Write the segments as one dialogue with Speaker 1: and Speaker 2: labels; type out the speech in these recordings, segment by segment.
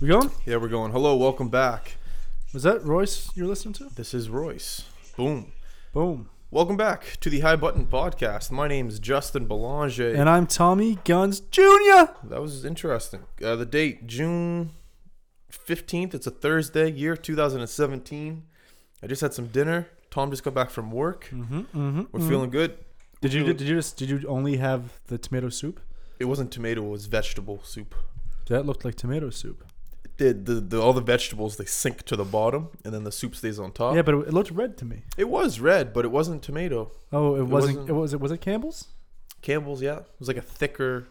Speaker 1: We going?
Speaker 2: Yeah, we're going. Hello, welcome back.
Speaker 1: Was that Royce you're listening to?
Speaker 2: This is Royce. Boom.
Speaker 1: Boom.
Speaker 2: Welcome back to the High Button Podcast. My name's Justin Belanger.
Speaker 1: And I'm Tommy Guns Jr.
Speaker 2: that was interesting. Uh, the date, June 15th. It's a Thursday, year 2017. I just had some dinner. Tom just got back from work.
Speaker 1: Mm-hmm. Mm-hmm.
Speaker 2: We're feeling good.
Speaker 1: Did you
Speaker 2: feeling-
Speaker 1: did you just did you only have the tomato soup?
Speaker 2: It wasn't tomato, it was vegetable soup.
Speaker 1: That looked like tomato soup.
Speaker 2: It did. The, the, all the vegetables, they sink to the bottom, and then the soup stays on top.
Speaker 1: Yeah, but it looked red to me.
Speaker 2: It was red, but it wasn't tomato.
Speaker 1: Oh, it, wasn't,
Speaker 2: wasn't-
Speaker 1: It was it was it Campbell's?
Speaker 2: Campbell's, yeah. It was like a thicker.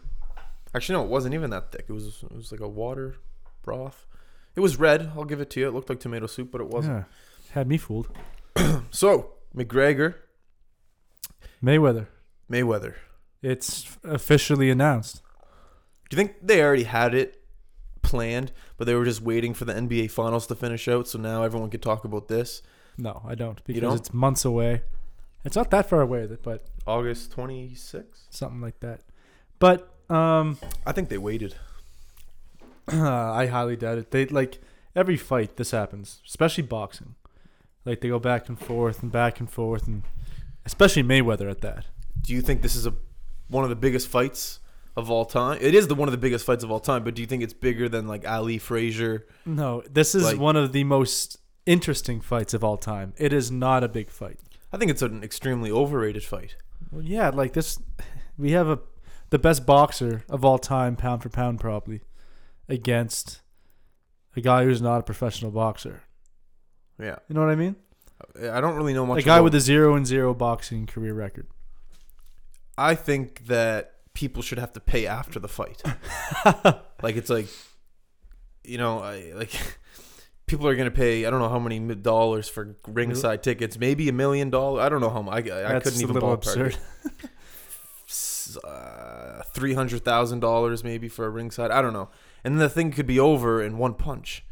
Speaker 2: Actually, no, it wasn't even that thick. It was it was like a water broth. It was red. I'll give it to you. It looked like tomato soup, but it wasn't.
Speaker 1: Yeah. Had me fooled.
Speaker 2: So McGregor
Speaker 1: Mayweather.
Speaker 2: Mayweather.
Speaker 1: It's officially announced.
Speaker 2: Do you think they already had it planned, but they were just waiting for the NBA Finals to finish out, so now everyone could talk about this?
Speaker 1: No, I don't because
Speaker 2: don't?
Speaker 1: it's months away. It's not that far away, but
Speaker 2: August twenty sixth.
Speaker 1: something like that. But um,
Speaker 2: I think they waited.
Speaker 1: I highly doubt it. They like every fight this happens, especially boxing. Like they go back and forth and back and forth and especially Mayweather at that.
Speaker 2: Do you think this is a one of the biggest fights of all time? It is the one of the biggest fights of all time, but do you think it's bigger than like Ali Frazier?
Speaker 1: No, this is
Speaker 2: Like-
Speaker 1: one of the most interesting fights of all time. It is not a big fight.
Speaker 2: I think it's an extremely overrated fight.
Speaker 1: Well, yeah, like this we have a the best boxer of all time pound for pound probably against a guy who's not a professional boxer.
Speaker 2: Yeah,
Speaker 1: You know what I mean?
Speaker 2: I don't really know
Speaker 1: a
Speaker 2: much.
Speaker 1: guy
Speaker 2: about-
Speaker 1: with a 0 and 0 boxing career record.
Speaker 2: I think that people should have to pay after the fight. like it's like, you know, I, like people are gonna pay. I don't know how many mi- dollars for ringside tickets. Maybe a million dollars. I don't know how much. I, I
Speaker 1: That's
Speaker 2: couldn't
Speaker 1: just a
Speaker 2: even
Speaker 1: little
Speaker 2: ballpark
Speaker 1: absurd.
Speaker 2: it. S- Uh, Three hundred thousand dollars maybe for a ringside. I don't know. And the thing could be over in one punch.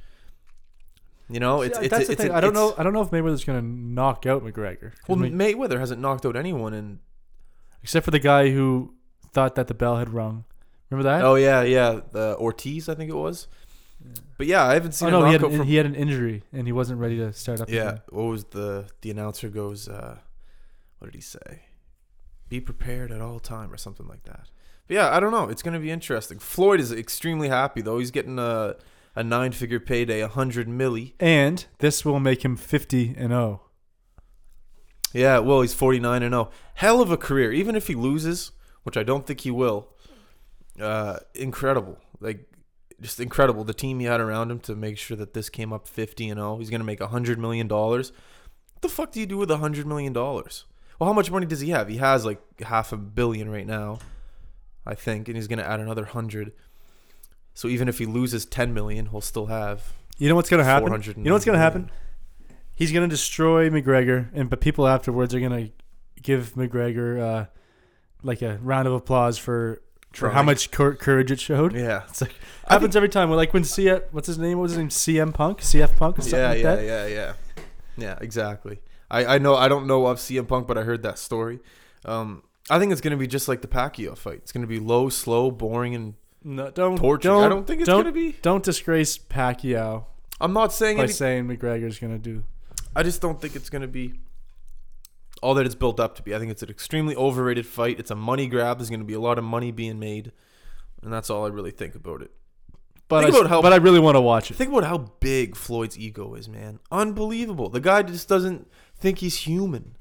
Speaker 2: You know, Oh, it's
Speaker 1: Yeah,
Speaker 2: it's
Speaker 1: that's the
Speaker 2: it's,
Speaker 1: thing.
Speaker 2: an-
Speaker 1: I don't
Speaker 2: it's-
Speaker 1: know. I don't know if Mayweather's going to knock out McGregor. 'Cause
Speaker 2: Well,
Speaker 1: Mc-
Speaker 2: Mayweather hasn't knocked out anyone in
Speaker 1: except for the guy who thought that the bell had rung. Remember that?
Speaker 2: Oh yeah, yeah, the Ortiz, I think it was. But yeah, I haven't
Speaker 1: Oh,
Speaker 2: seen a
Speaker 1: no, he had,
Speaker 2: knockout
Speaker 1: an,
Speaker 2: from.
Speaker 1: he had an injury and he wasn't ready to start up.
Speaker 2: yeah,
Speaker 1: again.
Speaker 2: what was the the announcer goes? uh What did he say? Be prepared at all time, or something like that. But yeah, I don't know. It's gonna be interesting. Floyd is extremely happy though. He's getting a a nine figure payday, a hundred milli.
Speaker 1: And this will make him fifty and oh. zero.
Speaker 2: Yeah, well, he's forty nine and zero. Hell of a career. Even if he loses, which I don't think he will. Uh, incredible. Like just incredible the team he had around him to make sure that this came up 50 and 0. He's going to make 100 million dollars. What the fuck do you do with 100 million dollars? Well, how much money does he have? He has like half a billion right now, I think, and he's going to add another 100. So even if he loses 10 million, he'll still have
Speaker 1: You know what's going to happen?
Speaker 2: 400
Speaker 1: You know what's going to
Speaker 2: million.
Speaker 1: happen? He's going to destroy McGregor, and but people afterwards are going to give McGregor uh, like a round of applause for, for how
Speaker 2: Trying.
Speaker 1: much cour- courage it showed.
Speaker 2: Yeah, it's like
Speaker 1: Happens every time. Like when C. What's his name? What was his name? CM Punk, CF Punk, or something
Speaker 2: yeah,
Speaker 1: like
Speaker 2: yeah,
Speaker 1: that.
Speaker 2: yeah, yeah, yeah. Exactly. I, I know I don't know of CM Punk, but I heard that story. Um, I think it's gonna be just like the Pacquiao fight. It's gonna be low, slow, boring, and
Speaker 1: No, don't
Speaker 2: torturing.
Speaker 1: Don't,
Speaker 2: I don't think it's
Speaker 1: don't,
Speaker 2: gonna be.
Speaker 1: Don't disgrace Pacquiao
Speaker 2: I'm not saying
Speaker 1: by
Speaker 2: any,
Speaker 1: saying McGregor's gonna do.
Speaker 2: I just don't think it's gonna be all that it's built up to be. I think it's an extremely overrated fight. It's a money grab. There's gonna be a lot of money being made, and that's all I really think about it.
Speaker 1: But
Speaker 2: Think
Speaker 1: I,
Speaker 2: about how-
Speaker 1: but I really want to watch it.
Speaker 2: Think about how big Floyd's ego is, man. Unbelievable. The guy just doesn't think he's human.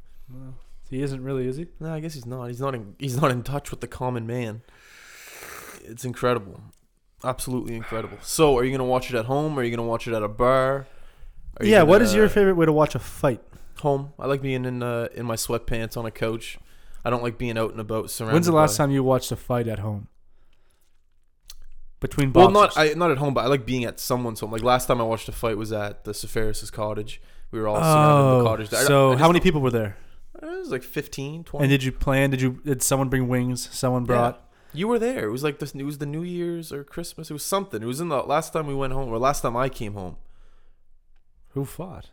Speaker 1: He isn't really, is he?
Speaker 2: No, I guess he's not. He's not. In, he's not in touch with the common man. It's incredible, absolutely incredible. So, are you gonna watch it at home? Are you gonna watch it at a bar? Are you
Speaker 1: Yeah. What is
Speaker 2: gonna-
Speaker 1: your favorite way to watch a fight?
Speaker 2: home? I like being in uh, in my sweatpants on a couch. I don't like being out and about. Surrounded.
Speaker 1: When's the last
Speaker 2: by-
Speaker 1: time you watched a fight at home? Between
Speaker 2: Well,
Speaker 1: boxers.
Speaker 2: not I, not at home, but I like being at someone's home. Like last time I watched a fight was at the Safaris' cottage. We were all surrounded in the
Speaker 1: oh,
Speaker 2: cottage. I-
Speaker 1: so
Speaker 2: I just
Speaker 1: how many people were there?
Speaker 2: don't- It was like 15, 20.
Speaker 1: And did you plan? Did you? Did someone bring wings? Someone brought.
Speaker 2: You were there. It was like this. It was the New Year's or Christmas. It was something. It was in the last time we went home, or last time I came home.
Speaker 1: Who fought?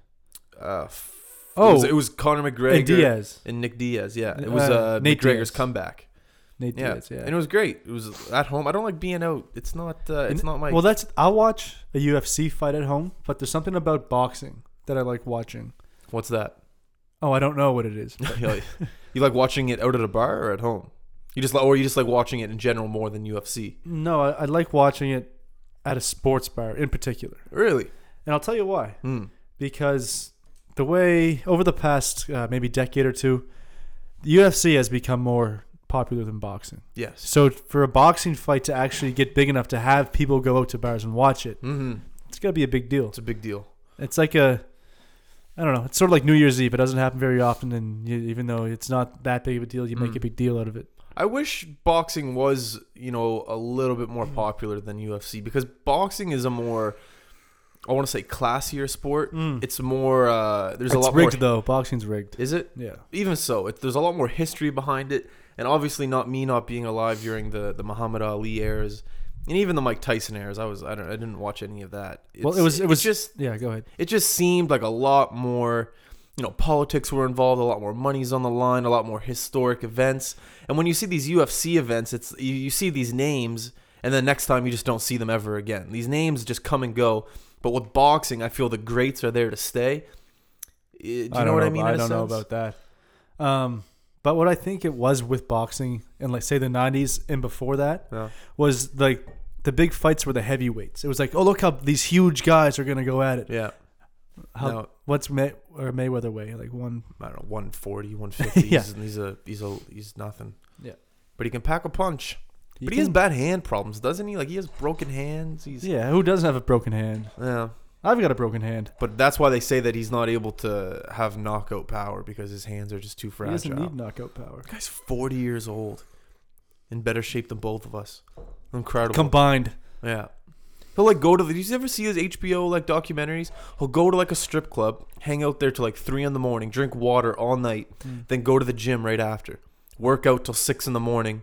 Speaker 2: Uh, f-
Speaker 1: Oh.
Speaker 2: it was, it was Conor McGregor
Speaker 1: And Diaz.
Speaker 2: and Nick Diaz. Yeah, it was
Speaker 1: Uh,
Speaker 2: uh,
Speaker 1: Nate Diaz.
Speaker 2: McGregor's comeback.
Speaker 1: Nate
Speaker 2: Yeah.
Speaker 1: Diaz. Yeah.
Speaker 2: and it was great. It was at home. I don't like being out. It's not. Uh, it's not my.
Speaker 1: well, that's I'll watch a UFC fight at home, but there's something about boxing that I like watching.
Speaker 2: what's that?
Speaker 1: Oh, I don't know what it is.
Speaker 2: you like- you like watching it out at a bar or at home? You just li- or you just like watching it in general more than UFC.
Speaker 1: No, I, I like watching it at a sports bar in particular,
Speaker 2: Really?
Speaker 1: and I'll tell you why.
Speaker 2: Hmm.
Speaker 1: Because the way over the past uh, maybe decade or two, the UFC has become more popular than boxing.
Speaker 2: Yes.
Speaker 1: So for a boxing fight to actually get big enough to have people go out to bars and watch it,
Speaker 2: hmm
Speaker 1: it's got to be a big deal.
Speaker 2: It's a big deal.
Speaker 1: It's like a, I don't know. It's sort of like New Year's Eve. It doesn't happen very often, and you, even though it's not that big of a deal, you make
Speaker 2: Mm.
Speaker 1: a big deal out of it.
Speaker 2: I wish boxing was, you know, a little bit
Speaker 1: Mm-hmm.
Speaker 2: more popular than UFC because boxing is a more, I want to say, classier sport. It's more. Uh, there's
Speaker 1: Mm. it's
Speaker 2: a lot
Speaker 1: rigged
Speaker 2: more.
Speaker 1: though. Boxing's rigged.
Speaker 2: Is it?
Speaker 1: Yeah.
Speaker 2: Even so, it, there's a lot more history behind it, and obviously not me not being alive during the the Muhammad Ali eras, and even the Mike Tyson eras. I was I don't I didn't watch any of that.
Speaker 1: Well, it
Speaker 2: It's-
Speaker 1: was- it was-
Speaker 2: just
Speaker 1: Yeah. Go ahead.
Speaker 2: it just seemed like a lot more you know politics were involved a lot more money's on the line a lot more historic events and when you see these ufc events it's you, you see these names and then next time you just don't see them ever again these names just come and go but with boxing i feel the greats are there to stay Eh, do you
Speaker 1: I
Speaker 2: know
Speaker 1: don't
Speaker 2: what i
Speaker 1: about-
Speaker 2: mean
Speaker 1: I
Speaker 2: in a
Speaker 1: don't know
Speaker 2: sense?
Speaker 1: about that. Um, but what I think it was with boxing in like say the '90s and before that
Speaker 2: Yeah.
Speaker 1: was like the big fights were the heavyweights. It was like, oh look how these huge guys are gonna go at it.
Speaker 2: yeah
Speaker 1: How,
Speaker 2: No.
Speaker 1: What's May or Mayweather weigh? Like one.
Speaker 2: i don't know 140 150
Speaker 1: Yeah.
Speaker 2: he's, he's a he's a he's nothing
Speaker 1: Yeah.
Speaker 2: but he can pack a punch but he has
Speaker 1: can-
Speaker 2: bad hand problems doesn't he like he has broken hands he's
Speaker 1: Yeah. Who doesn't have a broken hand?
Speaker 2: yeah.
Speaker 1: I've got a broken hand.
Speaker 2: But that's why they say that he's not able to have knockout power because his hands are just too
Speaker 1: He doesn't
Speaker 2: fragile.
Speaker 1: need knockout power.
Speaker 2: guy's 40 years old, in better shape than both of us. Incredible.
Speaker 1: Combined.
Speaker 2: yeah. He'll like go to the. Did you ever see his HBO like documentaries? He'll go to like a strip club, hang out there till like three in the morning, drink water all night, then go to the gym right after, work out till six in the morning,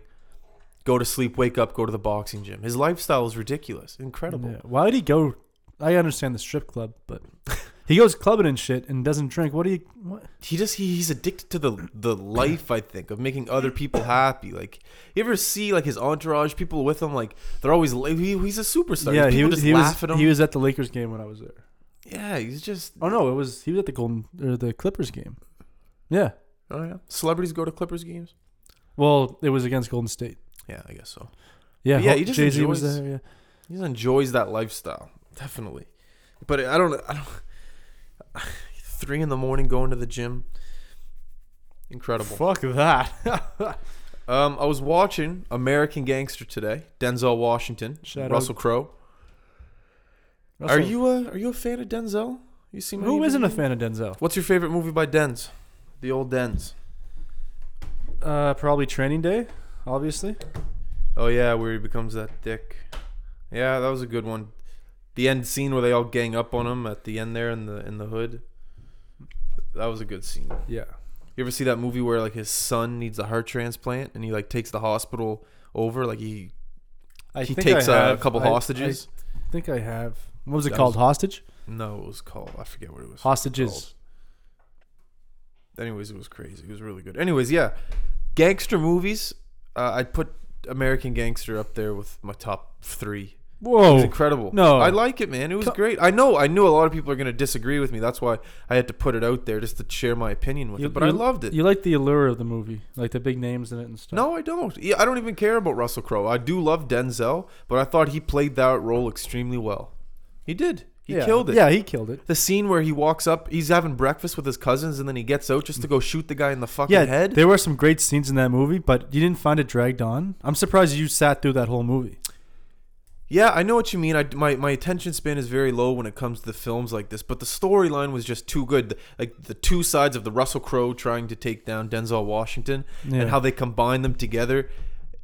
Speaker 2: go to sleep, wake up, go to the boxing gym. His lifestyle is ridiculous, incredible.
Speaker 1: Yeah. Why would he go? I understand the strip club, but he goes clubbing and shit and doesn't drink. What do you? What?
Speaker 2: he just he, he's addicted to the the life I think of making other people happy. Like you ever see like his entourage, people with him, like they're always la- he, he's a superstar.
Speaker 1: yeah,
Speaker 2: Yeah,
Speaker 1: he,
Speaker 2: people
Speaker 1: was-
Speaker 2: just
Speaker 1: he
Speaker 2: laugh
Speaker 1: was.
Speaker 2: at him.
Speaker 1: He was at the Lakers game when I was there.
Speaker 2: yeah, he's just
Speaker 1: Oh no, it was he was at the Golden or the Clippers game. Yeah.
Speaker 2: oh yeah. Celebrities go to Clippers games.
Speaker 1: Well, it was against Golden State.
Speaker 2: Yeah, I guess so.
Speaker 1: Yeah.
Speaker 2: But yeah,
Speaker 1: Ho-
Speaker 2: he just
Speaker 1: Jay-Z was
Speaker 2: enjoys-
Speaker 1: there. Yeah.
Speaker 2: He just enjoys that lifestyle, definitely. But I don't I don't three in the morning going to the gym. Incredible.
Speaker 1: Fuck that.
Speaker 2: Um, I was watching American Gangster today. Denzel Washington,
Speaker 1: Shout out.
Speaker 2: Russell Crowe. Are you a Are you a fan of Denzel? You seen many
Speaker 1: Who
Speaker 2: of his
Speaker 1: isn't a
Speaker 2: movies?
Speaker 1: fan of Denzel?
Speaker 2: What's your favorite movie by Denz? The old Denz.
Speaker 1: Uh, probably Training Day, obviously.
Speaker 2: Oh yeah, where he becomes that dick. Yeah, that was a good one. The end scene where they all gang up on him at the end there in the in the hood. That was a good scene.
Speaker 1: Yeah.
Speaker 2: You ever see that movie where like his son needs a heart transplant and he like takes the hospital over? Like he
Speaker 1: I
Speaker 2: he
Speaker 1: think
Speaker 2: takes
Speaker 1: I
Speaker 2: uh, a
Speaker 1: have-
Speaker 2: couple
Speaker 1: I-
Speaker 2: hostages.
Speaker 1: I think I have. What was it
Speaker 2: That
Speaker 1: called?
Speaker 2: was-
Speaker 1: Hostage.
Speaker 2: no, it was called I forget what it was.
Speaker 1: Hostages.
Speaker 2: anyways, it was crazy. It was really good. Anyways, yeah, gangster movies. Uh, I'd put American Gangster up there with my top three. It was
Speaker 1: Whoa.
Speaker 2: incredible.
Speaker 1: no.
Speaker 2: I like it, man. It was
Speaker 1: Co-
Speaker 2: great. I know. I knew a lot of people are gonna disagree with me. That's why I had to put it out there just to share my opinion with
Speaker 1: You-
Speaker 2: it. But I loved it.
Speaker 1: You like the allure of the movie, like the big names in it and stuff.
Speaker 2: no, I don't. Yeah, I don't even care about Russell Crowe. I do love Denzel, but I thought he played that role extremely well. He did. He
Speaker 1: Yeah.
Speaker 2: killed it.
Speaker 1: Yeah, he killed it.
Speaker 2: The scene where he walks up, he's having breakfast with his cousins, and then he gets out just to go shoot the guy in the fucking
Speaker 1: Yeah,
Speaker 2: head.
Speaker 1: there were some great scenes in that movie, but you didn't find it dragged on. I'm surprised you sat through that whole movie.
Speaker 2: Yeah, I know what you mean. I, my, my attention span is very low when it comes to films like this, but the storyline was just too good. The- Like the two sides of the Russell Crowe trying to take down Denzel Washington
Speaker 1: Yeah.
Speaker 2: and how they combine them together.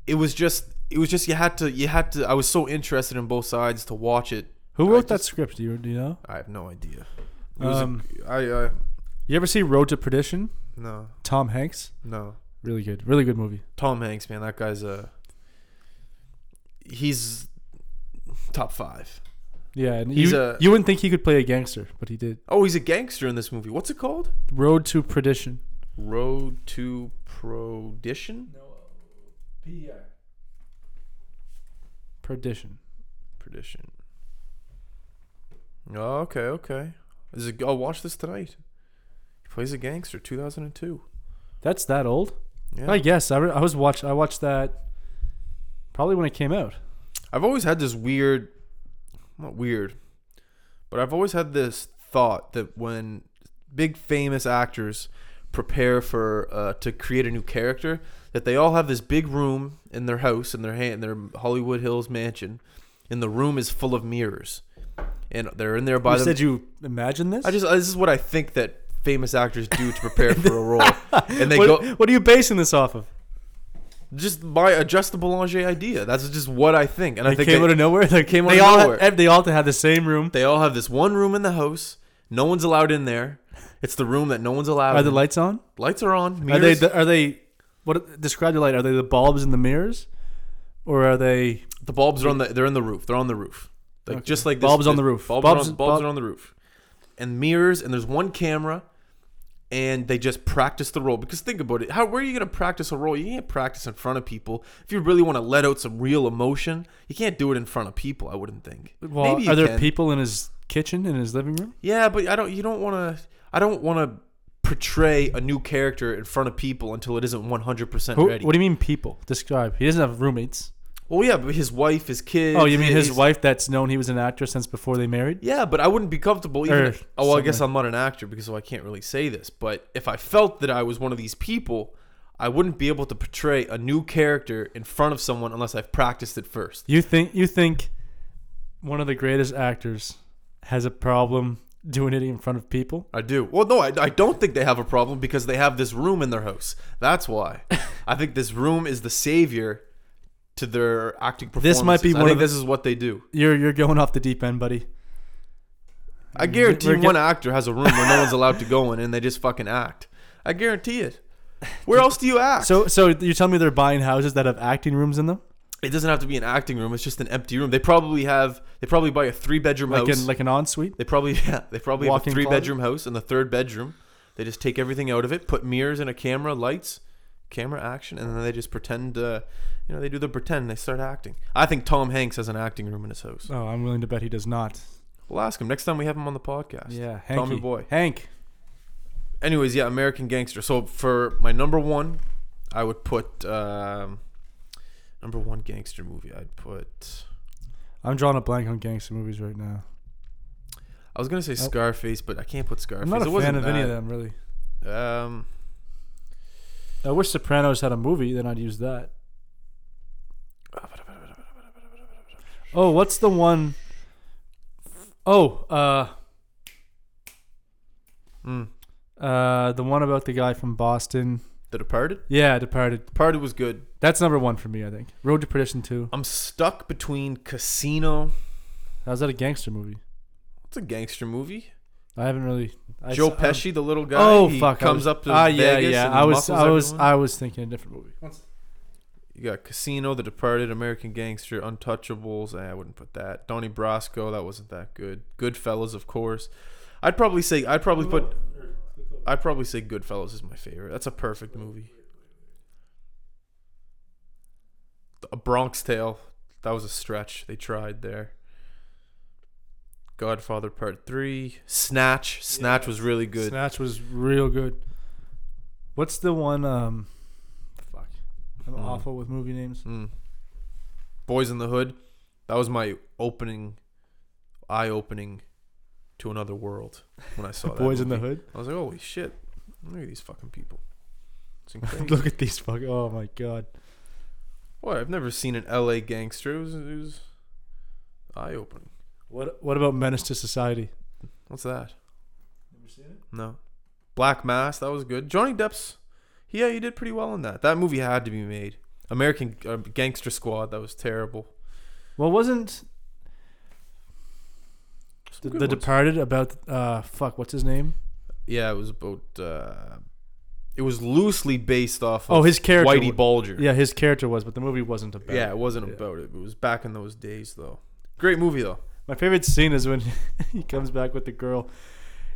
Speaker 2: It was just it was just you had to you had to I was so interested in both sides to watch it.
Speaker 1: Who
Speaker 2: I
Speaker 1: wrote that
Speaker 2: just-
Speaker 1: script? Do you, do you know?
Speaker 2: I have no idea. It was
Speaker 1: Um,
Speaker 2: a, I I
Speaker 1: you ever see Road to Perdition?
Speaker 2: no
Speaker 1: Tom Hanks,
Speaker 2: no
Speaker 1: really good, really good movie.
Speaker 2: Tom Hanks man that guy's a he's top five.
Speaker 1: Yeah, and
Speaker 2: He's
Speaker 1: you
Speaker 2: a-
Speaker 1: you wouldn't think he could play a gangster, but he did.
Speaker 2: Oh, he's a gangster in this movie. What's it called?
Speaker 1: Road to Perdition.
Speaker 2: Road to Perdition?
Speaker 1: E
Speaker 2: PR.
Speaker 1: Perdition.
Speaker 2: Perdition. Oh, okay, okay. Is it, I'll watch this tonight. He plays a gangster, 2002.
Speaker 1: That's that old.
Speaker 2: Yeah.
Speaker 1: I guess I, re- I was watch I watched that probably when it came out.
Speaker 2: I've always had this weird, not weird, but I've always had this thought that when big famous actors prepare for uh, to create a new character, that they all have this big room in their house in their ha- in their Hollywood Hills mansion, and the room is full of mirrors, and they're in there by
Speaker 1: you
Speaker 2: the.
Speaker 1: said you imagine this?
Speaker 2: I just this is what I think that famous actors do to prepare for a role, and they
Speaker 1: what,
Speaker 2: go
Speaker 1: what are you basing this off of?
Speaker 2: just my adjustable Belanger idea. That's just what I think, and I
Speaker 1: They
Speaker 2: think
Speaker 1: came
Speaker 2: they,
Speaker 1: out of nowhere. They
Speaker 2: came out
Speaker 1: They
Speaker 2: of
Speaker 1: all
Speaker 2: nowhere.
Speaker 1: had, they all had the same room.
Speaker 2: They all have this one room in the house. No one's allowed in there. It's the room that no one's allowed.
Speaker 1: Are the
Speaker 2: in.
Speaker 1: lights on?
Speaker 2: lights are on?
Speaker 1: Are they?
Speaker 2: mirrors-
Speaker 1: The, are they? What describe the light? Are they the bulbs in the mirrors, or are they?
Speaker 2: the bulbs are on the. They're in the roof. They're on the roof. Like
Speaker 1: Okay.
Speaker 2: just like this,
Speaker 1: Bulbs on
Speaker 2: this-
Speaker 1: the roof.
Speaker 2: Bulbs,
Speaker 1: Bulbs-
Speaker 2: are, on, bulbs
Speaker 1: bulb-
Speaker 2: are on the roof, and mirrors. And there's one camera, and they just practice the role. Because think about it. How where are you gonna practice a role? You can't practice in front of people. If you really want to let out some real emotion, you can't do it in front of people. I wouldn't think.
Speaker 1: Well,
Speaker 2: Maybe you
Speaker 1: are there
Speaker 2: can.
Speaker 1: people in his kitchen in his living room?
Speaker 2: Yeah, but I don't. You don't want to. I don't want to portray a new character in front of people until it isn't one hundred percent
Speaker 1: Who,
Speaker 2: ready.
Speaker 1: what do you mean people? Describe. He doesn't have roommates.
Speaker 2: well, yeah, but his wife, his kids.
Speaker 1: Oh, you mean his
Speaker 2: his-
Speaker 1: wife that's known he was an actor since before they married?
Speaker 2: Yeah, but I wouldn't be comfortable. Even
Speaker 1: Or
Speaker 2: if- oh, well, I guess
Speaker 1: something.
Speaker 2: I'm not an actor because well, I can't really say this. But if I felt that I was one of these people, I wouldn't be able to portray a new character in front of someone unless I've practiced it first.
Speaker 1: You think you think one of the greatest actors has a problem doing it in front of people?
Speaker 2: I do. Well, no, I, I don't think they have a problem because they have this room in their house. That's why. I think this room is the savior to their acting performances.
Speaker 1: This might be
Speaker 2: I
Speaker 1: one
Speaker 2: think
Speaker 1: of the-
Speaker 2: this is what they do.
Speaker 1: You're you're going off the deep end, buddy.
Speaker 2: I guarantee
Speaker 1: we're get-
Speaker 2: one actor has a room where no one's allowed to go in, and they just fucking act. I guarantee it. Where else do you act?
Speaker 1: So so you tell me they're buying houses that have acting rooms in them,
Speaker 2: it doesn't have to be an acting room. It's just an empty room. They probably have. They probably buy a three bedroom
Speaker 1: like
Speaker 2: house.
Speaker 1: in like an ensuite.
Speaker 2: They probably yeah, they probably have a
Speaker 1: Walk-in
Speaker 2: three bedroom house and the third bedroom. They just take everything out of it, put mirrors and a camera, lights, camera action, and then they just pretend. Uh, you know, they do the pretend. They start acting. I think Tom Hanks has an acting room in his house.
Speaker 1: Oh, I'm willing to bet he does not.
Speaker 2: We'll ask him next time we have him on the podcast.
Speaker 1: Yeah,
Speaker 2: Tommy
Speaker 1: Hanky.
Speaker 2: boy.
Speaker 1: Hank.
Speaker 2: Anyways, yeah, American Gangster. So for my number one, I would put um, number one gangster movie. I'd put.
Speaker 1: I'm drawing a blank on gangster movies right now.
Speaker 2: I was gonna say Scarface, but I can't put Scarface.
Speaker 1: I'm not
Speaker 2: It
Speaker 1: a fan
Speaker 2: wasn't
Speaker 1: of any of
Speaker 2: that.
Speaker 1: them, really.
Speaker 2: Um,
Speaker 1: I wish Sopranos had a movie, then I'd use that. Oh, what's the one Oh, uh,
Speaker 2: mm,
Speaker 1: uh, the one about the guy from Boston.
Speaker 2: The Departed.
Speaker 1: Yeah, Departed.
Speaker 2: Departed was good.
Speaker 1: That's number one for me, I think. Road to Perdition 2.
Speaker 2: I'm stuck between Casino.
Speaker 1: How's that a gangster movie?
Speaker 2: It's a gangster movie.
Speaker 1: I haven't really. I
Speaker 2: Joe
Speaker 1: s- I don't-
Speaker 2: Pesci, the little guy.
Speaker 1: um, Oh
Speaker 2: he
Speaker 1: fuck! I
Speaker 2: Comes
Speaker 1: was-
Speaker 2: up to
Speaker 1: ah,
Speaker 2: Vegas.
Speaker 1: yeah, yeah.
Speaker 2: and
Speaker 1: I was,
Speaker 2: muscles
Speaker 1: I was,
Speaker 2: everyone.
Speaker 1: I was thinking a different movie.
Speaker 2: You got Casino, The Departed, American Gangster, Untouchables. eh, I wouldn't put that. Donnie Brasco. That wasn't that good. Goodfellas, of course. I'd probably say. I'd probably put. I'd probably say Goodfellas is my favorite. That's a perfect movie. A Bronx Tale. That was a stretch. They tried there. Godfather Part Three. Snatch. Snatch was really good.
Speaker 1: Snatch was real good. What's the one? Um, fuck, I'm
Speaker 2: Mm.
Speaker 1: awful with movie names.
Speaker 2: Mm. Boys in the Hood. That was my opening, eye opening to another world when I saw that.
Speaker 1: Boys in the
Speaker 2: movie.
Speaker 1: Hood.
Speaker 2: I was like, holy shit. Look at these fucking people. It's incredible.
Speaker 1: Look at these fuck. Oh my god.
Speaker 2: Boy, I've never seen an LA gangster. It was, it was eye opening.
Speaker 1: What What about Menace to Society?
Speaker 2: What's that? No. Black Mass. That was good. Johnny Depp's. Yeah, he did pretty well in that. That movie had to be made. American uh, Gangster Squad. That was terrible.
Speaker 1: Well, wasn't
Speaker 2: Some
Speaker 1: The,
Speaker 2: good
Speaker 1: the
Speaker 2: ones.
Speaker 1: Departed about uh fuck? What's his name?
Speaker 2: Yeah, it was about. Uh, it was loosely based off.
Speaker 1: Oh,
Speaker 2: of
Speaker 1: his character.
Speaker 2: Whitey
Speaker 1: wa-
Speaker 2: Bulger.
Speaker 1: yeah, his character was, but the movie wasn't about.
Speaker 2: yeah,
Speaker 1: it.
Speaker 2: it wasn't
Speaker 1: Yeah.
Speaker 2: about it. It was back in those days, though. Great movie, though.
Speaker 1: My favorite scene is when he comes back with the girl.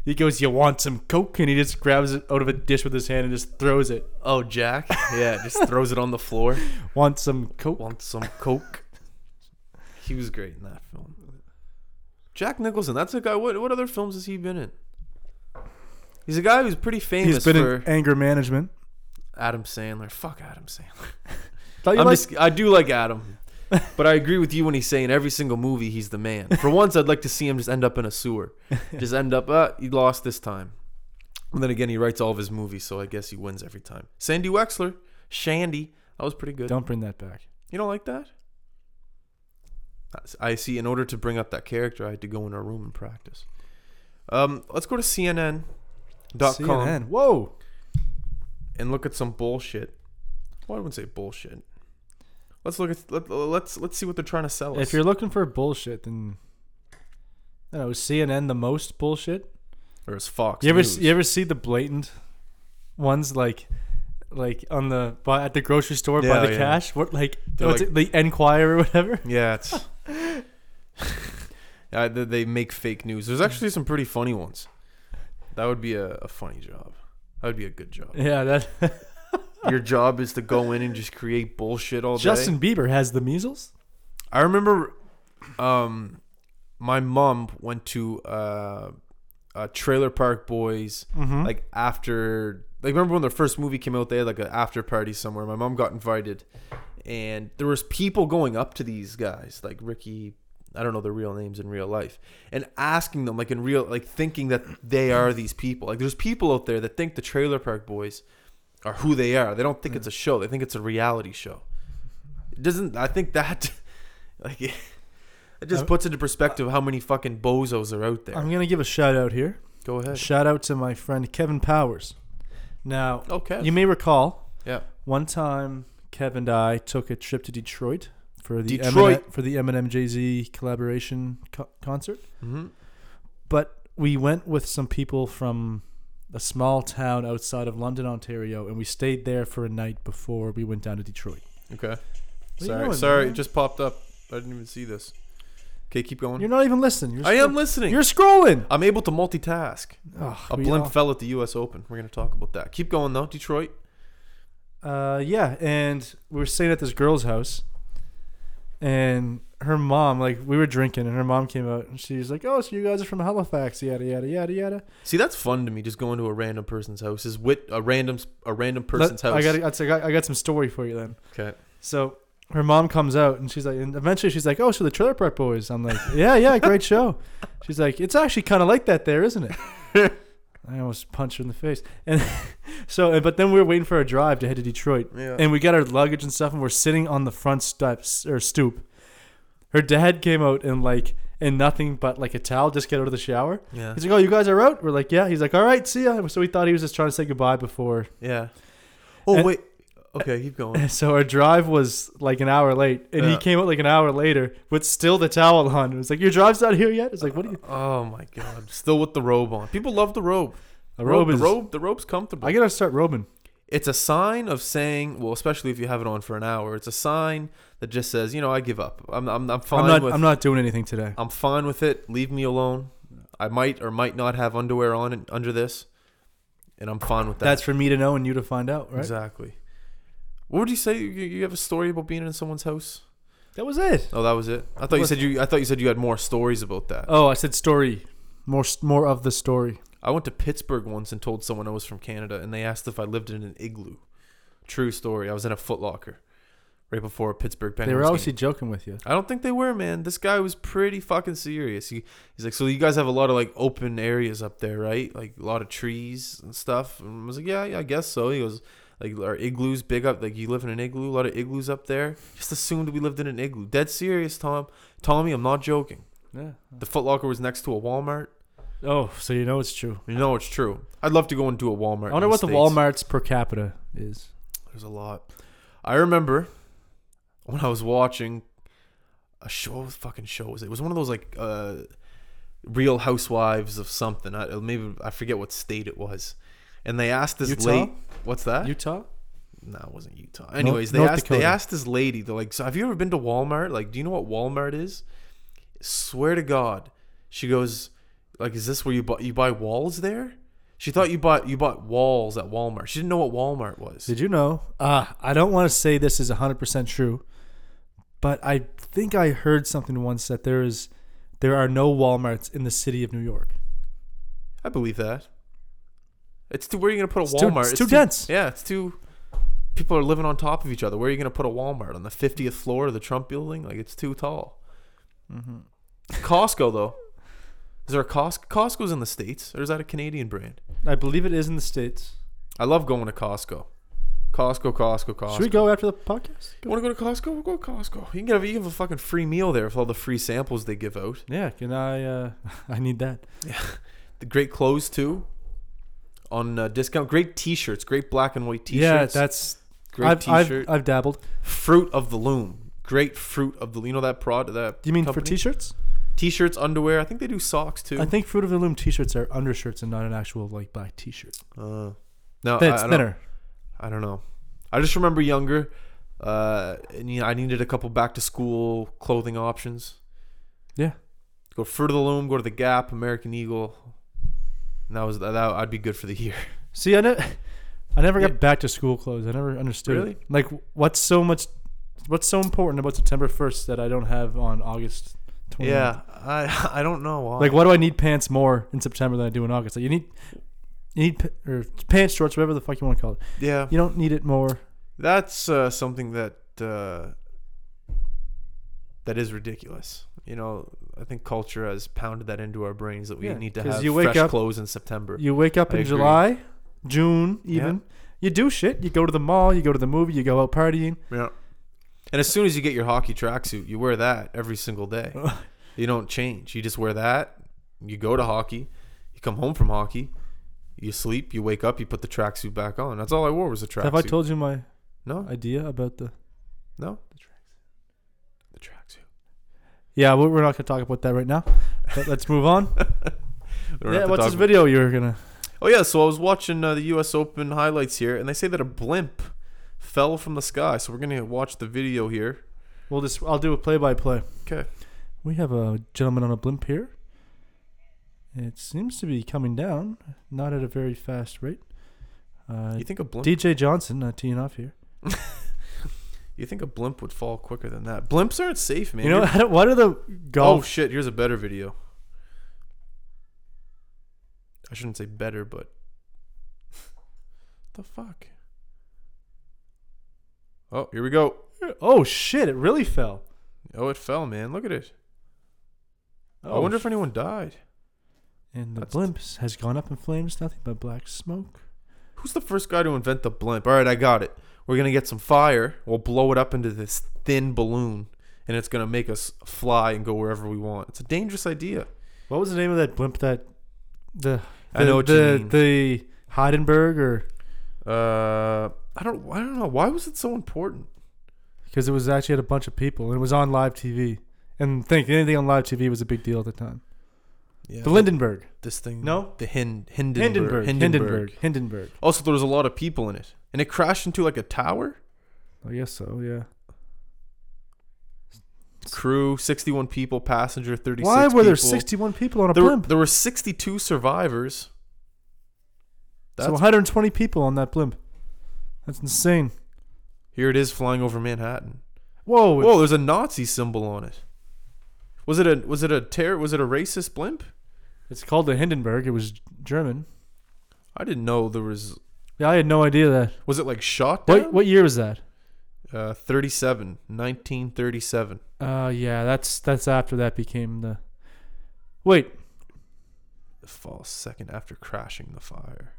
Speaker 1: He goes, "You want some coke?" And he just grabs it out of a dish with his hand and just throws it.
Speaker 2: Oh, Jack. Yeah, just throws it on the floor.
Speaker 1: Want some coke?
Speaker 2: Want some coke? He was great in that film. Jack Nicholson. That's a guy. What what other films has he been in? He's a guy who's pretty famous
Speaker 1: He's been
Speaker 2: for
Speaker 1: in anger management.
Speaker 2: Adam Sandler. Fuck Adam Sandler.
Speaker 1: Thought you
Speaker 2: I'm
Speaker 1: liked-
Speaker 2: just, I do like Adam, but I agree with you when he's saying every single movie he's the man. For once, I'd like to see him just end up in a sewer, just end up. Uh, he lost this time. And then again, he writes all of his movies, so I guess he wins every time. Sandy Wexler, Shandy. That was pretty good.
Speaker 1: Don't bring that back.
Speaker 2: You don't like that? That's- I see. In order to bring up that character, I had to go in a room and practice. Um, let's go to CNN.com
Speaker 1: CNN. Whoa.
Speaker 2: and look at some bullshit. Well, I wouldn't say bullshit. Let's look at let, let's let's see what they're trying to sell us.
Speaker 1: If you're looking for bullshit, then I don't know CNN the most bullshit.
Speaker 2: or it's Fox.
Speaker 1: You ever
Speaker 2: News.
Speaker 1: you ever see the blatant ones like like on the by, at the grocery store
Speaker 2: Yeah,
Speaker 1: by the
Speaker 2: yeah.
Speaker 1: cash? What like
Speaker 2: They're
Speaker 1: what's
Speaker 2: like-
Speaker 1: it, the Enquirer or whatever?
Speaker 2: yeah, it's Yeah, they, they make fake news. There's actually some pretty funny ones. That would be a, a funny job. That would be a good job.
Speaker 1: Yeah, that
Speaker 2: Your job is to go in and just create bullshit all day.
Speaker 1: Justin Bieber has the measles.
Speaker 2: I remember um, my mom went to uh, uh, Trailer Park Boys
Speaker 1: Mhm.
Speaker 2: like after like remember when their first movie came out they had like an after party somewhere my mom got invited and there was people going up to these guys like Ricky I don't know their real names in real life and asking them like in real like thinking that they are these people like there's people out there that think the Trailer Park Boys are who they are they don't think it's a show they think it's a reality show it doesn't I think that like it, it just
Speaker 1: I'm-
Speaker 2: puts into perspective how many fucking bozos are out there
Speaker 1: Uh, I'm gonna give a shout out here.
Speaker 2: go ahead
Speaker 1: Shout out to my friend Kevin Powers. Now
Speaker 2: okay
Speaker 1: you may recall
Speaker 2: yeah
Speaker 1: one time Kevin and I took a trip to Detroit for the
Speaker 2: Detroit.
Speaker 1: Eminem, for the Eminem Jay Z collaboration co- concert.
Speaker 2: mm-hmm.
Speaker 1: but we went with some people from a small town outside of London, Ontario, and we stayed there for a night before we went down to Detroit.
Speaker 2: Okay.
Speaker 1: you
Speaker 2: sorry,
Speaker 1: doing,
Speaker 2: sorry,
Speaker 1: man?
Speaker 2: it just popped up. I didn't even see this. Okay, keep going.
Speaker 1: You're not even listening. You're
Speaker 2: I am
Speaker 1: scroll-
Speaker 2: listening.
Speaker 1: You're scrolling.
Speaker 2: I'm able to multitask.
Speaker 1: Ugh,
Speaker 2: A
Speaker 1: we
Speaker 2: blimp
Speaker 1: all-
Speaker 2: fell at the U.S. Open. We're gonna talk about that. Keep going though. Detroit.
Speaker 1: Uh, yeah, and we were staying at this girl's house, and her mom, like, we were drinking, and her mom came out, and she's like, "Oh, so you guys are from Halifax? Yada yada yada yada."
Speaker 2: See, that's fun to me. Just going to a random person's house is wit a random a random
Speaker 1: Let-
Speaker 2: person's house.
Speaker 1: I got. I got. I got some story for you then.
Speaker 2: okay.
Speaker 1: So her mom comes out and she's like, and eventually she's like, oh, so the Trailer Park Boys. I'm like, yeah, yeah, great show. She's like, it's actually kind of like that there, isn't it? I almost punched her in the face. And so, but then we were waiting for our drive to head to Detroit.
Speaker 2: Yeah.
Speaker 1: And we got our luggage and stuff and we're sitting on the front steps or stoop. Her dad came out and like, and nothing but like a towel, just get out of the shower.
Speaker 2: yeah.
Speaker 1: He's like, oh, you guys are out? We're like, yeah. He's like, all right, see ya. So we thought he was just trying to say goodbye before
Speaker 2: Yeah. Oh
Speaker 1: And-
Speaker 2: wait. Okay, keep going.
Speaker 1: and so our drive was like an hour late, and he
Speaker 2: Yeah.
Speaker 1: came out like an hour later with still the towel on. It was like, "Your drive's not here yet." It's like, "What? Are you,
Speaker 2: Oh my God! Still with the robe on. People love the robe.
Speaker 1: a robe
Speaker 2: the
Speaker 1: is."
Speaker 2: robe. The robe's comfortable.
Speaker 1: I gotta start robing.
Speaker 2: it's a sign of saying, well, especially if you have it on for an hour, it's a sign that just says, you know, I give up. I'm, I'm, I'm fine
Speaker 1: I'm not.
Speaker 2: with. Oh,
Speaker 1: I'm not doing anything today.
Speaker 2: I'm fine with it. Leave me alone. I might or might not have underwear on and- under this, and I'm fine with that.
Speaker 1: That's for me to know and you to find out, right?
Speaker 2: exactly. What would you say? You, you have a story about being in someone's house?
Speaker 1: That was it.
Speaker 2: Oh, that was it. I thought you said you. I thought you said you had more stories about that.
Speaker 1: Oh, I said story. More, s- more of the story.
Speaker 2: I went to Pittsburgh once and told someone I was from Canada, and they asked if I lived in an igloo. True story. I was in a Footlocker right before a Pittsburgh Penguins.
Speaker 1: They were
Speaker 2: game.
Speaker 1: obviously joking with you.
Speaker 2: I don't think they were, man. This guy was pretty fucking serious. He, he's like, so you guys have a lot of like open areas up there, right? Like a lot of trees and stuff. And I was like, yeah, yeah, I guess so. He goes, like, are igloos big up? Like, you live in an igloo? A lot of igloos up there? Just assumed we lived in an igloo. Dead serious, Tom. Tommy, I'm not joking.
Speaker 1: Yeah.
Speaker 2: The Footlocker was next to a Walmart.
Speaker 1: Oh, so you know it's true.
Speaker 2: You know it's true. I'd love to go into a Walmart.
Speaker 1: I
Speaker 2: in
Speaker 1: wonder what the
Speaker 2: States.
Speaker 1: Walmart's per capita is.
Speaker 2: There's a lot. I remember when I was watching a show. What fucking show was it? It was one of those like uh, Real Housewives of something. I, maybe I forget what state it was. And they asked this
Speaker 1: Utah?
Speaker 2: lady, "What's that?"
Speaker 1: Utah.
Speaker 2: no, it wasn't Utah. Anyways, they
Speaker 1: North
Speaker 2: asked they
Speaker 1: Dakota.
Speaker 2: asked this lady. They're like, "So have you ever been to Walmart? Like, do you know what Walmart is?" Swear to God, she goes, Like, is this where you bought you buy walls there? She thought you bought you bought walls at Walmart. She didn't know what Walmart was.
Speaker 1: Did you know? Uh, I don't want to say this is 100% true, but I think I heard something once that there is there are no Walmarts in the city of New York.
Speaker 2: I believe that. It's too. Where are you gonna put a
Speaker 1: too-
Speaker 2: Walmart?
Speaker 1: it's too dense.
Speaker 2: Yeah, it's too. People are living on top of each other. Where are you gonna put a Walmart on the fiftieth floor of the Trump Building? Like it's too tall.
Speaker 1: Mm-hmm.
Speaker 2: Costco though. Is there a Costco? Costco's in the states, or is that a Canadian brand?
Speaker 1: I believe it is in the states.
Speaker 2: I love going to Costco. Costco, Costco, Costco.
Speaker 1: Should we go after the podcast?
Speaker 2: Want to go to Costco? We'll go to Costco. You can have you can have a fucking free meal there with all the free samples they give out.
Speaker 1: Yeah, can I? Uh, I need that.
Speaker 2: The great clothes too. On uh, discount, great T-shirts, great black and white T-shirts.
Speaker 1: Yeah, that's
Speaker 2: great
Speaker 1: I've, I've-
Speaker 2: T-shirt.
Speaker 1: I've dabbled.
Speaker 2: Fruit of the Loom. Great Fruit of the You know that prod that
Speaker 1: Do you mean for
Speaker 2: company?
Speaker 1: t-shirts?
Speaker 2: T-shirts, underwear. I think they do socks too.
Speaker 1: I think Fruit of the Loom t-shirts are undershirts and not an actual like black t-shirt.
Speaker 2: uh, no, I, I
Speaker 1: It's
Speaker 2: don't,
Speaker 1: thinner.
Speaker 2: I don't know. I just remember younger. Uh, and, you know, I needed a couple back to school clothing options.
Speaker 1: Yeah.
Speaker 2: Go Fruit of the Loom. Go to the Gap. American Eagle. And that was that. I'd be good for the year.
Speaker 1: See, I never, I never
Speaker 2: Yeah.
Speaker 1: got back to school clothes. I never understood. it.
Speaker 2: Really?
Speaker 1: Like, what's so much, what's so important about September first that I don't have on August? 29th?
Speaker 2: Yeah, I I don't know why.
Speaker 1: Mm-hmm. Like, why do I need pants more in September than I do in August? Like, you need, you need p- or pants, shorts, whatever the fuck you want to call it.
Speaker 2: yeah,
Speaker 1: You don't need it more.
Speaker 2: that's uh, something that uh, that is ridiculous. You know, I think culture has pounded that into our brains that we
Speaker 1: Yeah,
Speaker 2: need to
Speaker 1: 'cause
Speaker 2: have
Speaker 1: you wake
Speaker 2: fresh
Speaker 1: up-
Speaker 2: clothes in September.
Speaker 1: You wake up
Speaker 2: I
Speaker 1: in
Speaker 2: agree.
Speaker 1: July, June,
Speaker 2: Yeah.
Speaker 1: even. You do shit. You go to the mall. You go to the movie. You go out partying.
Speaker 2: yeah. And as soon as you get your hockey tracksuit, you wear that every single day. you don't change. You just wear that. You go to hockey. You come home from hockey. You sleep. You wake up. You put the tracksuit back on. That's all I wore was a tracksuit.
Speaker 1: Have I told you my
Speaker 2: no,
Speaker 1: idea about the?
Speaker 2: no, the tracksuit. The tracksuit.
Speaker 1: Yeah, we're we're not gonna talk about that right now. But let's move on.
Speaker 2: We
Speaker 1: yeah,
Speaker 2: don't have
Speaker 1: what's
Speaker 2: to talk
Speaker 1: this
Speaker 2: about-
Speaker 1: video you were gonna?
Speaker 2: Oh yeah, so I was watching uh, the U.S. Open highlights here, and they say that a blimp fell from the sky. So we're gonna watch the video here.
Speaker 1: We'll just I'll do a play by play.
Speaker 2: Okay.
Speaker 1: We have a gentleman on a blimp here. It seems to be coming down, not at a very fast rate. Uh,
Speaker 2: You think a blimp?
Speaker 1: DJ Johnson uh, teeing off here.
Speaker 2: You think a blimp would fall quicker than that? Blimps aren't safe, man.
Speaker 1: You know,
Speaker 2: You're-
Speaker 1: I don't- what are the
Speaker 2: Oh
Speaker 1: golf?
Speaker 2: shit! Here's a better video. I shouldn't say better, but the fuck. Oh, here we go.
Speaker 1: Oh, shit! It really fell.
Speaker 2: Oh, it fell, man. Look at it. I
Speaker 1: Oh,
Speaker 2: wonder if anyone died.
Speaker 1: And the
Speaker 2: that's-
Speaker 1: blimp has gone up in flames. Nothing but black smoke.
Speaker 2: Who's the first guy to invent the blimp? All right, I got it. We're gonna get some fire. We'll blow it up into this thin balloon, and it's gonna make us fly and go wherever we want. It's a dangerous idea.
Speaker 1: What was the name of that blimp? That the, the
Speaker 2: I know what you
Speaker 1: the,
Speaker 2: mean.
Speaker 1: the Heidenberg or
Speaker 2: Uh, I don't. I don't know. Why was it so important?
Speaker 1: because it was actually had a bunch of people and it was on live TV. And think anything on live TV was a big deal at the time.
Speaker 2: Yeah,
Speaker 1: The Lindenberg.
Speaker 2: this thing.
Speaker 1: No?
Speaker 2: the Hin,
Speaker 1: Hindenburg.
Speaker 2: Hindenburg,
Speaker 1: Hindenburg. Hindenburg.
Speaker 2: Also, there was a lot of people in it, and it crashed into like a tower.
Speaker 1: I guess so, yeah.
Speaker 2: Crew sixty-one people, passenger thirty-six.
Speaker 1: Why were there
Speaker 2: people.
Speaker 1: 61 people on a
Speaker 2: There were,
Speaker 1: blimp?
Speaker 2: there were sixty-two survivors.
Speaker 1: so
Speaker 2: That's
Speaker 1: 120 people on that blimp. That's insane.
Speaker 2: here it is flying over Manhattan.
Speaker 1: Whoa. it-
Speaker 2: Whoa, there's a Nazi symbol on it. Was it a was it a terror? Was it a racist blimp?
Speaker 1: It's called the Hindenburg. It was German.
Speaker 2: I didn't know there was.
Speaker 1: Yeah, I had no idea that.
Speaker 2: Was it like shot down?
Speaker 1: What, what year was that?
Speaker 2: Uh, 37, 1937.
Speaker 1: Uh, yeah, that's that's after that became the. Wait,
Speaker 2: The fall second after crashing the fire.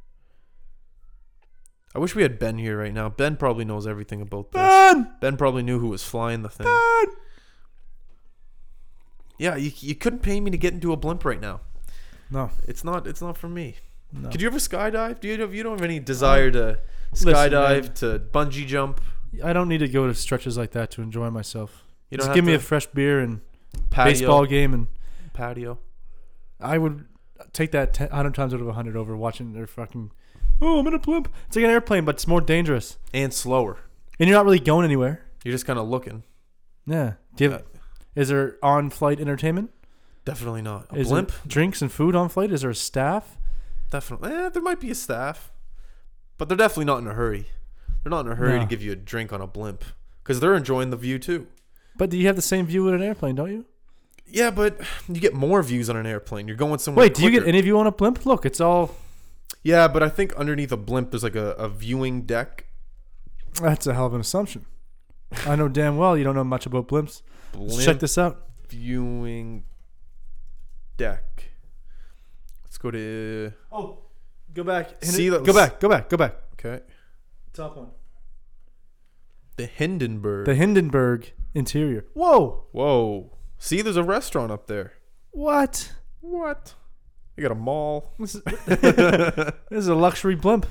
Speaker 2: I wish we had Ben here right now. Ben probably knows everything about this.
Speaker 1: Ben.
Speaker 2: Ben probably knew who was flying the thing.
Speaker 1: Ben!
Speaker 2: Yeah, you, you couldn't pay me to get into a blimp right now.
Speaker 1: No,
Speaker 2: It's not it's not for me.
Speaker 1: no. Uh,
Speaker 2: Could you ever skydive? Do you have you don't have any desire to
Speaker 1: Listen, man.
Speaker 2: skydive to bungee jump?
Speaker 1: I don't need to go to stretches like that to enjoy myself.
Speaker 2: You don't
Speaker 1: Just
Speaker 2: have
Speaker 1: give me
Speaker 2: to-
Speaker 1: a fresh beer and
Speaker 2: patio,
Speaker 1: baseball game, and
Speaker 2: patio.
Speaker 1: I would take that ten, 100 times out of 100 over watching their fucking. Oh, I'm in a blimp. It's like an airplane, but it's more dangerous,
Speaker 2: and slower.
Speaker 1: and you're not really going anywhere.
Speaker 2: You're just kind of looking. Uh,
Speaker 1: Yeah. Do you have, is there on-flight entertainment?
Speaker 2: Definitely not. A
Speaker 1: Is it
Speaker 2: blimp?
Speaker 1: drinks and food on flight? Is there a staff?
Speaker 2: Definitely. Eh, there might be a staff, but they're definitely not in a hurry. They're not in a hurry
Speaker 1: No.
Speaker 2: to give you a drink on a blimp because they're enjoying the view too.
Speaker 1: But do you have the same view with an airplane, don't you?
Speaker 2: Yeah, but you get more views on an airplane. You're going somewhere.
Speaker 1: Wait, do you get
Speaker 2: quicker.
Speaker 1: any view on a blimp? Look, it's all.
Speaker 2: Yeah, but I think underneath a blimp there's like a, a viewing deck.
Speaker 1: That's a hell of an assumption. I know damn well you don't know much about blimps.
Speaker 2: Blimp
Speaker 1: Let's check this out.
Speaker 2: viewing deck. Let's go to
Speaker 1: Oh, go back.
Speaker 2: Hit
Speaker 1: See,
Speaker 2: it.
Speaker 1: go back. Go back. Go back.
Speaker 2: okay
Speaker 1: Top one.
Speaker 2: the Hindenburg.
Speaker 1: The Hindenburg interior. Whoa!
Speaker 2: Whoa! See, there's a restaurant up there.
Speaker 1: What?
Speaker 2: What? They got a mall.
Speaker 1: This is, this is a luxury blimp.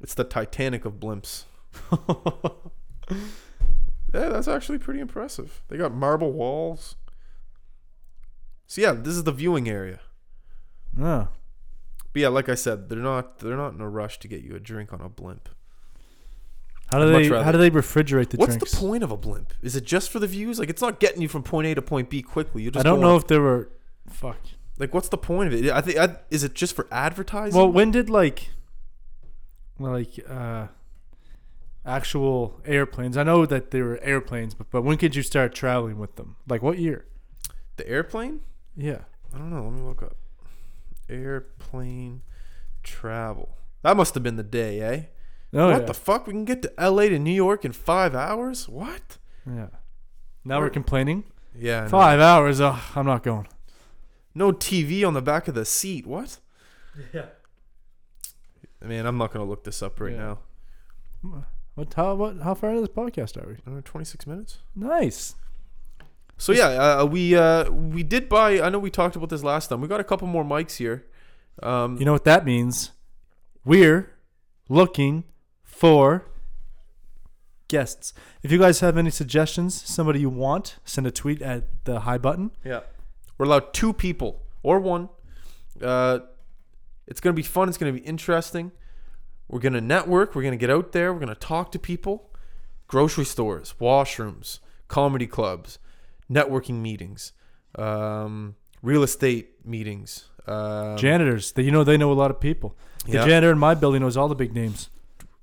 Speaker 2: It's the Titanic of blimps. Yeah, that's actually pretty impressive. They got marble walls. So yeah, this is the viewing area.
Speaker 1: no.
Speaker 2: But yeah, like I said, they're not they're not in a rush to get you a drink on a blimp.
Speaker 1: How do
Speaker 2: I'd much
Speaker 1: they?
Speaker 2: rather-
Speaker 1: How do they refrigerate the
Speaker 2: What's
Speaker 1: drinks?
Speaker 2: the point of a blimp? Is it just for the views? Like it's not getting you from point A to point B quickly. You just
Speaker 1: I don't
Speaker 2: going-
Speaker 1: know if there were. Fuck.
Speaker 2: Like what's the point of it? I think I, is it just for advertising?
Speaker 1: Well, when did like, like uh, actual airplanes? I know that they were airplanes, but but when could you start traveling with them? Like what year?
Speaker 2: the airplane?
Speaker 1: Yeah.
Speaker 2: I don't know. Let me look up airplane travel. That must have been the day, eh?
Speaker 1: Oh,
Speaker 2: what
Speaker 1: yeah.
Speaker 2: the fuck? We can get to L.A. to New York in five hours? What?
Speaker 1: yeah. Now we're
Speaker 2: Where-
Speaker 1: complaining.
Speaker 2: Yeah, I know.
Speaker 1: Five hours. Ugh, I'm not going.
Speaker 2: No TV on the back of the seat. What?
Speaker 1: Yeah.
Speaker 2: Man, I'm not gonna look this up right
Speaker 1: Yeah.
Speaker 2: now.
Speaker 1: What? How? What? How far into this podcast are we?
Speaker 2: I don't know, 26 minutes.
Speaker 1: Nice.
Speaker 2: So yeah, uh, we uh, we did buy. I know we talked about this last time. We got a couple more mics here. Um,
Speaker 1: You know what that means? We're looking for guests. If you guys have any suggestions, somebody you want, send a tweet at the high button.
Speaker 2: yeah, we're allowed two people or one. Uh, it's gonna be fun. It's gonna be interesting. We're gonna network. We're gonna get out there. We're gonna talk to people. Grocery stores, washrooms, comedy clubs, networking meetings, um, real estate meetings. Um,
Speaker 1: Janitors, that you know they know a lot of people. The
Speaker 2: yeah.
Speaker 1: janitor in my building knows all the big names.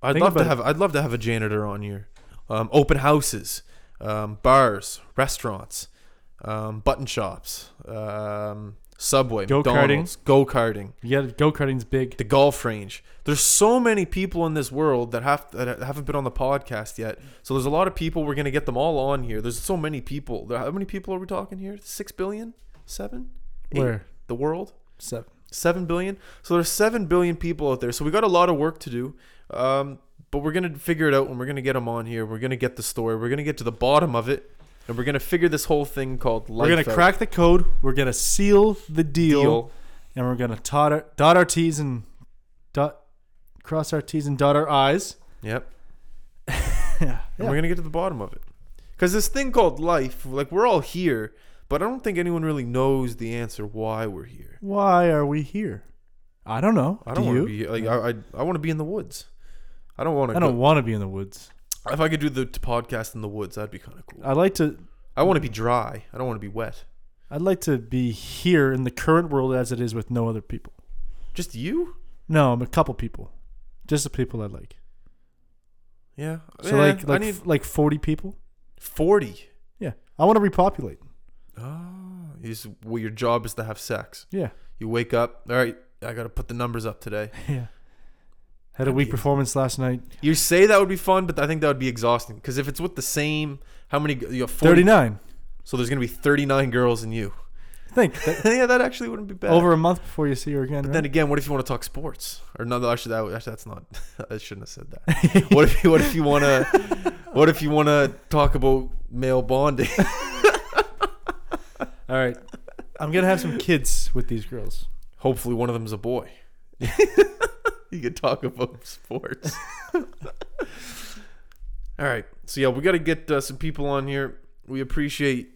Speaker 2: I'd
Speaker 1: Think
Speaker 2: love to
Speaker 1: about it.
Speaker 2: have I'd love to have a janitor on here. Um, open houses, um, bars, restaurants, um, button shops, um, subway,
Speaker 1: Go-karting.
Speaker 2: McDonald's, go karting,
Speaker 1: Yeah, go karting's big.
Speaker 2: the golf range. There's so many people in this world that have that haven't been on the podcast yet. So there's a lot of people. We're gonna get them all on here. There's so many people. There- How many people are we talking here? Six billion, seven, eight?
Speaker 1: Where?
Speaker 2: the world.
Speaker 1: Seven.
Speaker 2: Seven billion. So there's seven billion people out there. So we got a lot of work to do. Um, but we're gonna figure it out, and we're gonna get them on here. We're gonna get the story. We're gonna get to the bottom of it, and we're gonna figure this whole thing called life.
Speaker 1: We're gonna
Speaker 2: out.
Speaker 1: crack the code. We're gonna seal the deal,
Speaker 2: deal.
Speaker 1: and we're gonna tot our, dot our t's and dot cross our t's and dot our i's.
Speaker 2: Yep.
Speaker 1: yeah.
Speaker 2: And we're gonna get to the bottom of it, because this thing called life, like we're all here, but I don't think anyone really knows the answer why we're here.
Speaker 1: Why are we here? I don't know.
Speaker 2: I don't
Speaker 1: Do
Speaker 2: want
Speaker 1: you?
Speaker 2: to be like I. I, I want to be in the woods. I don't want to.
Speaker 1: I don't want to be in the woods.
Speaker 2: If I could do the t- podcast in the woods, that'd be kind of cool.
Speaker 1: I'd like to.
Speaker 2: I want to be dry. I don't want to be wet.
Speaker 1: I'd like to be here in the current world as it is with no other people.
Speaker 2: Just you.
Speaker 1: No, I'm a couple people, just the people I like.
Speaker 2: Yeah.
Speaker 1: So
Speaker 2: Yeah,
Speaker 1: like like
Speaker 2: I need
Speaker 1: f- like 40 people.
Speaker 2: forty.
Speaker 1: Yeah, I want to repopulate.
Speaker 2: Oh, is well, your job is to have sex.
Speaker 1: Yeah,
Speaker 2: You wake up. All right, I gotta put the numbers up today.
Speaker 1: yeah. Had a weak
Speaker 2: That'd be-
Speaker 1: performance last night.
Speaker 2: You say that would be fun, but I think that would be exhausting because if it's with the same, how many? You have 40,
Speaker 1: 39.
Speaker 2: So there's gonna be thirty nine girls in you.
Speaker 1: Think that-
Speaker 2: yeah, that actually wouldn't be bad.
Speaker 1: over a month before you see her again.
Speaker 2: Then
Speaker 1: right?
Speaker 2: again, what if you want to talk sports? Or no, actually, that actually, that's not. I shouldn't have said that. what if you? What if you want to? What if you want to talk about male bonding?
Speaker 1: All right, I'm gonna have some kids with these girls.
Speaker 2: Hopefully, one of them's a boy. you could talk about sports. All right. So, yeah, we got to get uh, some people on here. We appreciate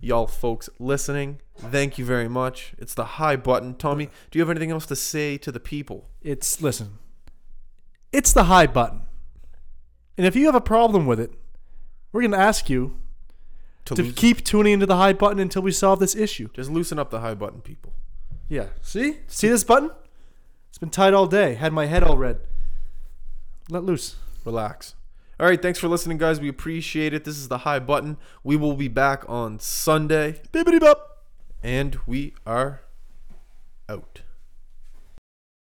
Speaker 2: y'all folks listening. Thank you very much. It's the high button. Tommy, do you have anything else to say to the people?
Speaker 1: It's listen. It's the high button. And if you have a problem with it, we're going to ask you
Speaker 2: to,
Speaker 1: to
Speaker 2: loo-
Speaker 1: keep tuning into the high button until we solve this issue.
Speaker 2: just loosen up the high button, people.
Speaker 1: Yeah. See? See this button? It's been tight all day. Had my head all red. Let loose.
Speaker 2: Relax. All right, thanks for listening, guys. We appreciate it. This is the high button. We will be back on Sunday,
Speaker 1: Bibbidi bop.
Speaker 2: and we are out.